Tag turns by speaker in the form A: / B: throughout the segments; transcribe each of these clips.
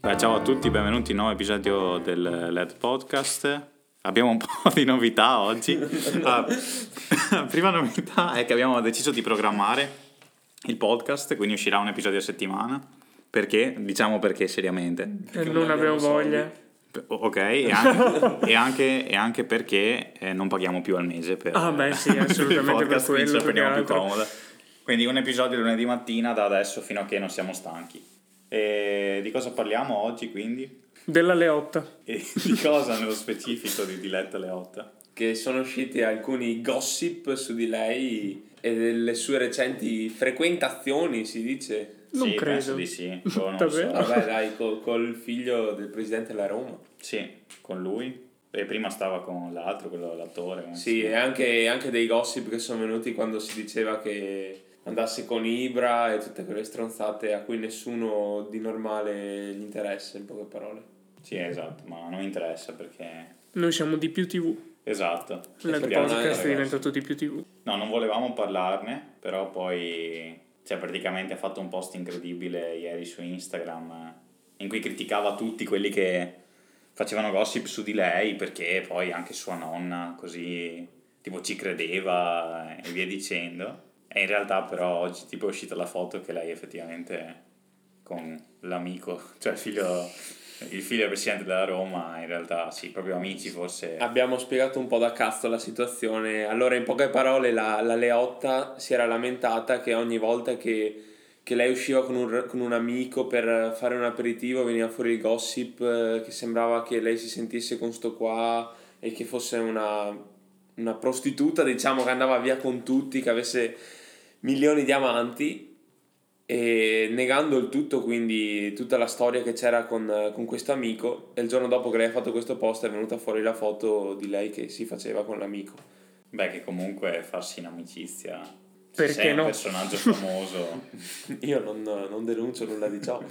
A: Beh, ciao a tutti, benvenuti in un nuovo episodio del LED Podcast. Abbiamo un po' di novità oggi. La prima novità è che abbiamo deciso di programmare il podcast, quindi uscirà un episodio a settimana. Perché? Diciamo perché seriamente.
B: E non avevo voglia.
A: P- Ok, e anche, e anche- e anche perché eh, non paghiamo più al mese per
B: Ah, beh, sì, assolutamente
A: il podcast,
B: per
A: quindi ce la
B: quello, più che
A: prendiamo più
B: altro.
A: comoda. Quindi un episodio lunedì mattina da adesso fino a che non siamo stanchi. E di cosa parliamo oggi quindi?
B: Della Leotta.
A: E di cosa nello specifico di Diletta Leotta?
C: che sono usciti alcuni gossip su di lei e delle sue recenti frequentazioni, si dice.
B: Non
A: sì, penso
B: credo.
A: di sì. boh, non
B: Davvero?
A: so.
C: Vabbè, dai, col, col figlio del presidente della Roma.
A: Sì, con lui. E prima stava con l'altro, quello l'attore. come si
C: Sì, e
A: chiama?
C: anche, anche dei gossip che sono venuti quando si diceva che andasse con Ibra e tutte quelle stronzate a cui nessuno di normale gli interessa, in poche parole.
A: Sì, esatto, ma non interessa perché...
B: Noi siamo di più TV.
A: Esatto.
B: Il
C: Speriamo,
B: podcast è
C: eh, ragazzi.
B: diventato di più TV.
A: No, non volevamo parlarne, però poi cioè, praticamente ha fatto un post incredibile ieri su Instagram eh, in cui criticava tutti quelli che facevano gossip su di lei perché poi anche sua nonna così tipo ci credeva eh, e via dicendo. E in realtà però oggi tipo è uscita la foto che lei effettivamente con l'amico, cioè il figlio, il figlio del presidente della Roma, in realtà sì, proprio amici forse.
C: Abbiamo spiegato un po' da cazzo la situazione. Allora, in poche parole, la, la Leotta si era lamentata che ogni volta che, che lei usciva con un, con un amico per fare un aperitivo veniva fuori il gossip, eh, che sembrava che lei si sentisse con sto qua e che fosse una, una prostituta, diciamo, che andava via con tutti, che avesse milioni di amanti. E negando il tutto, quindi tutta la storia che c'era con, con questo amico, e il giorno dopo che lei ha fatto questo post è venuta fuori la foto di lei che si faceva con l'amico.
A: Beh, che comunque farsi in amicizia. se
B: Perché
A: sei
B: no?
A: un personaggio famoso.
C: Io non, non denuncio nulla di ciò.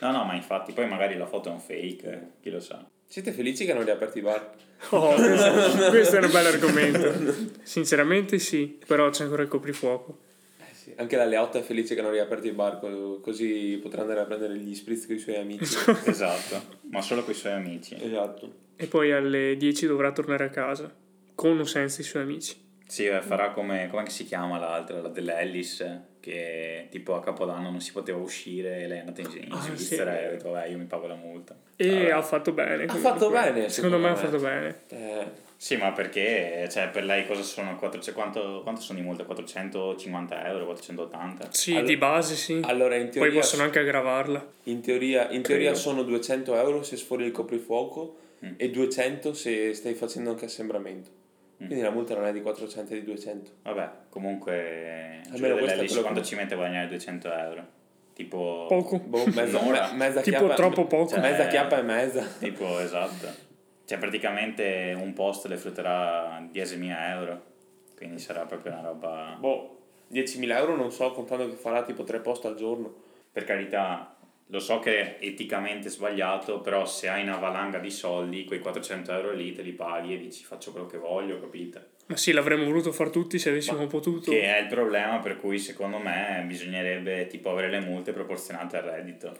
A: no, no, ma infatti, poi magari la foto è un fake, eh, chi lo sa.
C: Siete felici che hanno riaperto i bar?
B: Oh, questo, questo è un bel argomento. Sinceramente sì, però c'è ancora il coprifuoco.
C: Eh sì, Anche la Leotta è felice che hanno riaperto i bar, co- così potrà andare a prendere gli spritz con i suoi amici.
A: esatto, ma solo con i suoi amici.
C: esatto.
B: E poi alle 10 dovrà tornare a casa, con o senza i suoi amici.
A: Sì, eh, farà come, come si chiama l'altra, la dell'Ellis, eh, che tipo a Capodanno non si poteva uscire e lei è andata in, in
B: Ah, sì.
A: Svizzera e ha detto, vabbè, io mi pago la multa.
B: E
A: Vabbè.
B: ha fatto bene.
C: Ha
B: comunque.
C: fatto bene,
B: Secondo me ha
C: secondo
B: fatto bene.
C: Eh,
A: Sì, ma perché, cioè, per lei cosa sono? Quattro- cioè, quanto, quanto sono di multa? 450 euro, 480?
B: Sì,
C: Allora-
B: di base sì.
C: allora, in
B: Poi
C: teoria,
B: possono anche aggravarla.
C: in teoria, in teoria
A: Credo.
C: sono 200 euro se sfori il coprifuoco
A: Mm.
C: e 200 se stai facendo anche assembramento.
A: Mm.
C: Quindi la multa non è di 400, è di 200.
A: Vabbè, comunque,
C: Almeno
A: Giulio
C: questo è
A: dell'Ellis
C: quello che-
A: quando ci mette a guadagnare 200 euro? Tipo...
B: Poco.
C: Boh, mezza,
A: Un'ora.
C: me- mezza
B: Tipo
C: chiappa,
B: troppo poco.
C: cioè, mezza
A: Eh.
C: chiappa e mezza.
A: Tipo, esatto. Cioè, praticamente un post le frutterà 10.000 euro. Quindi sarà proprio una roba...
C: Boh, 10.000 euro non so, contando che farà tipo tre post al giorno.
A: Per carità, lo so che è eticamente sbagliato, però se hai una valanga di soldi, quei 400 euro lì te li paghi e dici faccio quello che voglio, capito?
B: Ma sì, l'avremmo voluto far tutti se avessimo potuto.
A: Che è il problema per cui secondo me bisognerebbe tipo avere le multe proporzionate al reddito.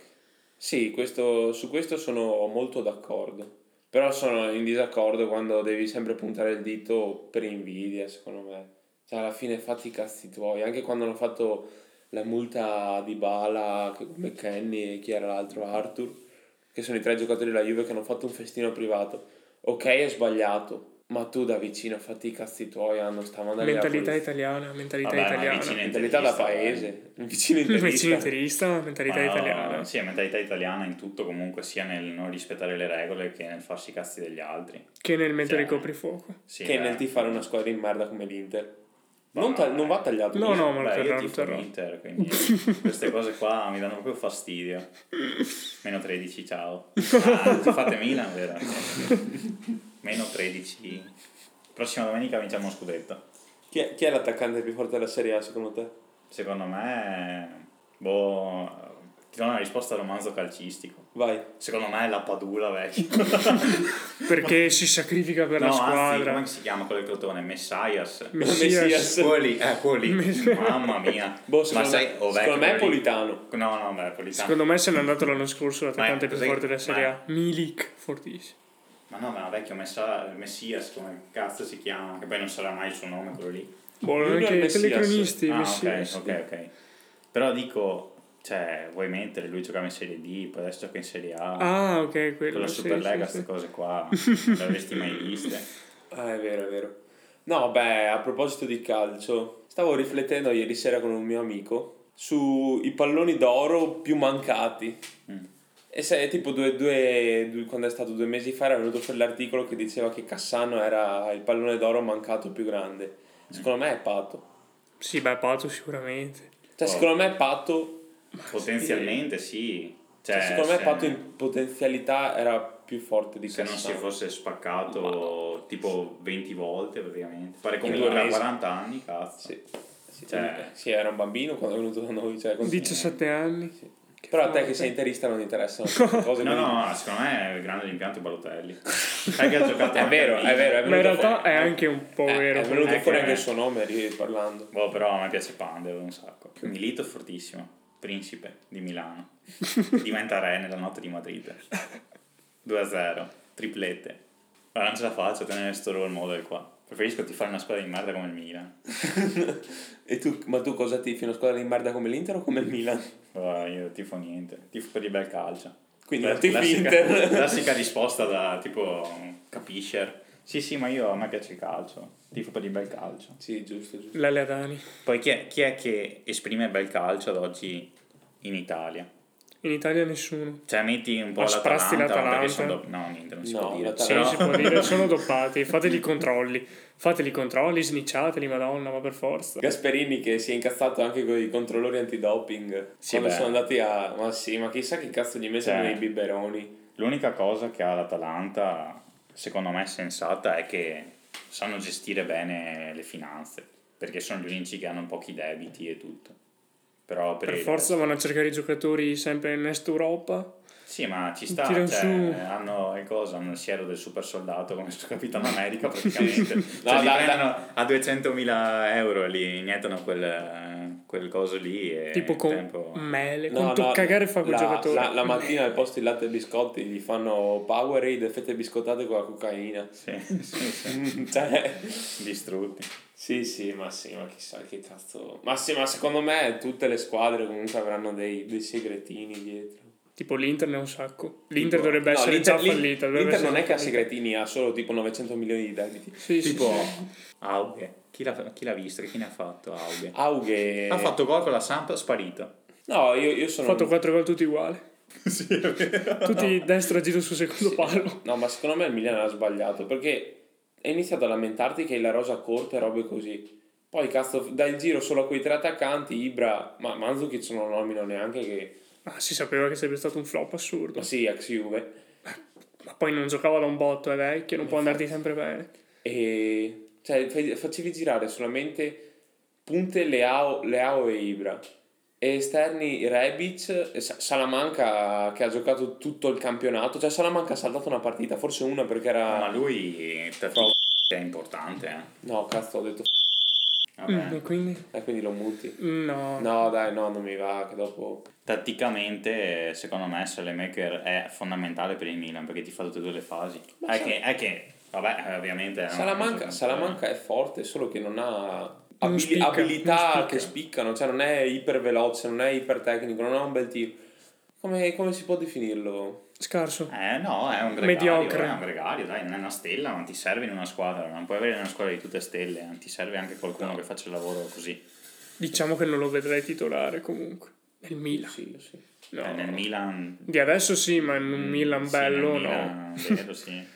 C: Sì, questo- su questo sono molto d'accordo. Però sono in disaccordo quando devi sempre puntare il dito per invidia, secondo me. Cioè, alla fine fatti i cazzi tuoi. Anche quando hanno fatto la multa di Bala, McKenny e chi era l'altro, Arthur, che sono i tre giocatori della Juve che hanno fatto un festino privato. Ok, è sbagliato, ma tu da vicino fatti i cazzi tuoi, hanno stavano andando
B: Mentalità italiana, mentalità
A: Vabbè, ma
B: italiana.
A: vicino-
C: mentalità da paese, eh. un vicino interista.
B: Vicino interista, mentalità
A: Ma no,
B: italiana.
A: Sì, mentalità italiana in tutto comunque, sia nel non rispettare le regole che nel farsi i cazzi degli altri.
B: Che nel mettere il
A: Cioè,
B: coprifuoco.
A: Sì, eh,
C: che
A: beh.
C: nel tifare una squadra in merda come l'Inter.
A: Ma
C: Non,
A: no, cioè,
C: ta-
A: eh.
C: non va tagliato.
B: No,
C: così.
B: no, ma lo
A: Beh, io
B: terrò, lo
A: tifo
B: terrò.
A: l'Inter, quindi queste cose qua mi danno proprio fastidio. Meno 13, ciao. Ah, tu fate Milan, vero? Meno 13. Prossima domenica vinciamo uno scudetto.
C: Chi è, chi è l'attaccante più forte della Serie A secondo te?
A: Secondo me, boh, Ti do una risposta al romanzo calcistico.
C: Vai.
A: Secondo me è la Padula vecchio.
B: Perché si sacrifica per la
A: no, anzi,
B: squadra.
A: come si chiama quello del Crotone? Messias.
B: Messias.
C: Messias.
A: Quello lì, eh, quello lì.
B: Messias.
A: Mamma mia.
C: Boh, secondo, me,
A: oh, vecchio,
C: secondo me è
A: quello lì.
C: Politano.
A: No, no, beh, Politano.
B: Secondo me se n'è andato l'anno scorso l'attaccante più
A: cos'è-
B: forte della Serie
A: ma-
B: A. Milik, fortissimo.
A: Ma no, ma vecchio Messa- Messias, come cazzo si chiama? Che poi non sarà mai il suo nome quello lì.
B: Buono
C: Junior
B: anche i
C: Messias.
B: telecronisti,
A: ah, ok,
B: Messias.
A: ok, ok. Però dico, cioè, vuoi mettere, lui giocava in Serie D, poi adesso gioca in Serie A.
B: Ah, ok, quello.
A: con la
B: sì,
A: Superlega,
B: sì,
A: queste
B: sì.
A: cose qua, non le avresti mai viste.
C: Ah, è vero, è vero. No, beh, a proposito di calcio, stavo riflettendo ieri sera con un mio amico sui palloni d'oro più mancati.
A: Mm.
C: E se tipo due, due, due- quando è stato due mesi fa era venuto fuori l'articolo che diceva che Cassano era il pallone d'oro mancato più grande.
A: Mm.
C: Secondo me è Pato.
B: Sì, beh, Pato sicuramente.
C: Cioè,
A: Oh.
C: secondo me Pato,
A: Potenzialmente sì. Cioè,
C: cioè, secondo me
A: se-
C: Pato in potenzialità era più forte di
A: se non si
C: Cassano.
A: fosse spaccato tipo 20 volte praticamente. Pare
C: In
A: come
C: due
A: a
C: mesi.
A: 40 anni, cazzo.
C: Sì. Sì, eh,
A: Cioè-
C: sì, era un bambino quando è venuto da noi. Cioè, così.
B: 17 anni.
C: Però a te
B: forte.
C: che sei interista non interessano queste cose.
A: No,
C: quindi-
A: no, no, secondo me è il grande l'impianto Balotelli. Sai che ha giocato
C: È
A: anche
C: vero,
A: lì.
C: è vero, è vero.
B: Ma in
C: venuto
B: realtà
C: fuori.
B: è anche un po'
C: Eh,
B: vero.
C: È venuto
A: Eh,
C: fuori
A: che-
C: anche il suo nome ri- parlando.
A: Boh, però a me piace Pandev un sacco. Milito è fortissimo. Principe di Milano. Diventa re nella notte di Madrid. 2-0. Triplette. Ma non ce la faccio a tenere sto role model qua. Preferisco ti fare una squadra di merda come il Milan.
C: E tu, ma tu cosa tifi? Una squadra di merda come l'Inter o come il Milan?
A: Guarda, Boh, io tifo niente. Tifo per il bel calcio.
C: Quindi
A: Cla-
C: non tifi
A: classica-
C: Inter.
A: Classica risposta da tipo capiscer. Sì, sì, ma io a me piace il calcio. Tifo per il bel calcio.
C: Sì, giusto, giusto.
B: Lele Adani.
A: Poi chi è, chi è che esprime bel calcio ad oggi in Italia?
B: In Italia nessuno.
A: Cioè, metti un po'
B: Ma sprazzi
A: l'Atalanta, ma perché
B: l'Atalanta?
A: sono dop- No, niente, non si
C: No,
A: può dire.
B: Sì,
C: Però-
B: si può dire, sono doppati. Fateli i controlli. Fateli i controlli, snicciateli, madonna, ma per forza.
C: Gasperini che si è incazzato anche con i controllori antidoping.
A: Sì,
C: quando
A: beh.
C: sono andati a... Ma sì, ma chissà che cazzo gli mettono
A: Cioè.
C: nei biberoni.
A: L'unica cosa che ha l'Atalanta, secondo me sensata, è che sanno gestire bene le finanze, perché sono gli unici che hanno pochi debiti e tutto. Però per,
B: Per
A: il-
B: forza vanno a cercare i giocatori sempre in Est Europa.
A: Sì, ma ci sta,
B: Tirano
A: cioè,
B: su.
A: hanno, eh, cosa, hanno il siero del super soldato come su Capitano America praticamente. cioè,
C: No,
A: li
C: da-
A: prendono a 200.000 euro, li iniettano quel, eh, quel coso lì e
B: tipo
A: il
B: con
A: tempo...
B: mele.
C: Eh, No,
B: Quanto
C: no,
B: cagare fa quel
C: la,
B: giocatore.
C: La, la mattina al posto di latte e biscotti gli fanno Powerade, fette biscottate con la cocaina.
A: Sì, sì, sì,
C: cioè...
A: distrutti.
C: Sì, sì, ma sì, ma chissà che cazzo. Ma sì, ma secondo me tutte le squadre comunque avranno dei, dei segretini dietro.
B: Tipo l'Inter ne ha un sacco. L'Inter
A: Tipo-
B: dovrebbe
C: No,
B: essere
C: l'Inter,
B: già
C: l'In-
B: fallita. dovrebbe
C: L'Inter
B: essere
C: non è
B: già
C: che ha
B: fallita.
C: segretini, ha solo tipo 900 milioni di debiti.
B: Sì, sì,
A: Tipo
B: sì.
A: Auge, chi l'ha, chi l'ha visto, chi ne ha fatto Auge?
C: Aughe.
A: Ha fatto gol con la Samp, sparito.
C: No, io, io
B: Ha
C: sono.
B: fatto 4 gol tutti uguali.
A: sì, è vero.
B: Tutti destra giro sul secondo palo.
C: No, ma secondo me il Milan ha sbagliato perché hai iniziato a lamentarti che la rosa corta e robe così. Poi cazzo, dai il giro solo a quei tre attaccanti, Ibra, ma Manzukic non lo nomino neanche che.
B: Ma si sapeva che sarebbe stato un flop assurdo.
C: Ma sì, ex Juve.
B: Ma poi non giocava da un botto, è vecchio, non può andarti sempre bene.
C: E cioè, fai- facevi girare solamente punte Leao, Leao e Ibra e esterni Rebic, e Sa- Salamanca che ha giocato tutto il campionato. Cioè, Salamanca ha saltato una partita, forse una perché
A: Ma
C: era.
A: lui per è importante, eh.
C: No, cazzo, ho detto. f-
A: Vabbè.
B: Mm, e quindi?
C: E quindi lo muti.
B: No.
C: Ah, No, dai, no, non mi va. Che dopo.
A: Tatticamente, secondo me, Salemaker è fondamentale per il Milan perché ti fa tutte e due le fasi.
C: Ma
A: È
C: Sal-
A: che, è che, vabbè, eh, ovviamente. è una-
C: Salamanca, Salamanca è forte, solo che non ha
B: Non
C: abili-
B: spicca,
C: abilità
B: non spicca.
C: che spiccano. Cioè, non è iperveloce, non è ipertecnico, non ha un bel tiro. Come, come si può definirlo?
B: Scarso.
A: Eh no, è un gregario.
B: Mediocre.
A: È un gregario, dai, non è una stella, non ti serve in una squadra. Non puoi avere una squadra di tutte stelle, non ti serve anche qualcuno che faccia il lavoro così.
B: Diciamo che non lo vedrei titolare comunque. Nel Milan.
C: Sì, sì.
B: No.
A: Eh, nel Milan.
B: Di adesso sì, ma in
C: Mm,
B: un Milan
A: sì,
B: bello
A: nel
B: no.
A: Milan, vero, sì.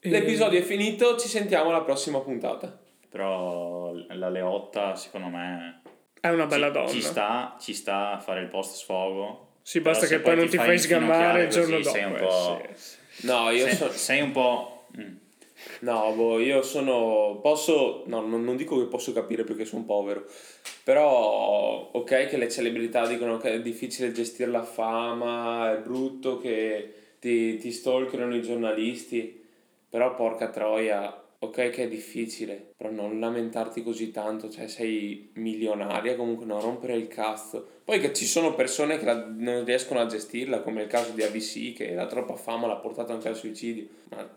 B: E-
C: L'episodio è finito, ci sentiamo alla prossima puntata.
A: Però la Leotta, secondo me.
B: È una bella
A: ci,
B: donna.
A: Ci sta, ci sta a fare il post sfogo.
B: Sì,
A: Però
B: basta
A: se
B: che poi non ti fai
A: infinocchiare
B: sgamare il giorno
A: così
B: dopo.
A: Sei un
B: eh,
A: po'.
B: sì.
C: No, io
A: sei-
C: sono.
A: sei un po'. mm.
C: No, boh, io sono. Posso. No, non, non dico che posso capire perché sono povero. Però, ok, che le celebrità dicono che è difficile gestire la fama, è brutto che ti, ti stalkerano i giornalisti. Però, porca troia, ok, che è difficile. Però non lamentarti così tanto, cioè sei milionaria comunque, non rompere il cazzo. Poi che ci sono persone che la- non riescono a gestirla, come il caso di ABC, che la troppa fama l'ha portata anche al suicidio. Ma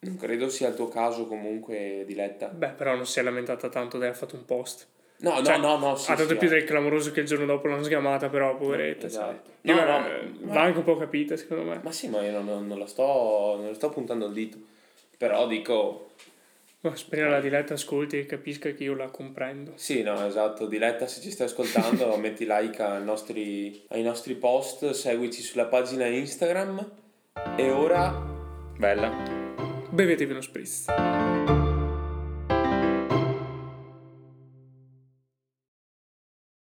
C: non credo sia il tuo caso comunque, Diletta.
B: Beh, però non si è lamentata tanto di aver fatto un post.
C: No,
B: Cioè,
C: no, no, no, sì,
B: ha dato
C: sì,
B: più
C: eh.
B: del clamoroso che il giorno dopo l'hanno sgamata, però, poveretta.
C: Esatto.
B: sai. Io
C: No,
B: la-
C: no,
B: va anche un po' capita, secondo me.
C: Ma sì, ma io non, non- non la sto, non la sto puntando il dito. Però dico,
B: Ma speriamo la diletta ascolti e capisca che io la comprendo.
C: sì, no, esatto, Diletta, se ci stai ascoltando, metti like ai nostri, ai nostri post, seguici sulla pagina Instagram. E ora
A: Bella.
B: Bevetevi uno spritz.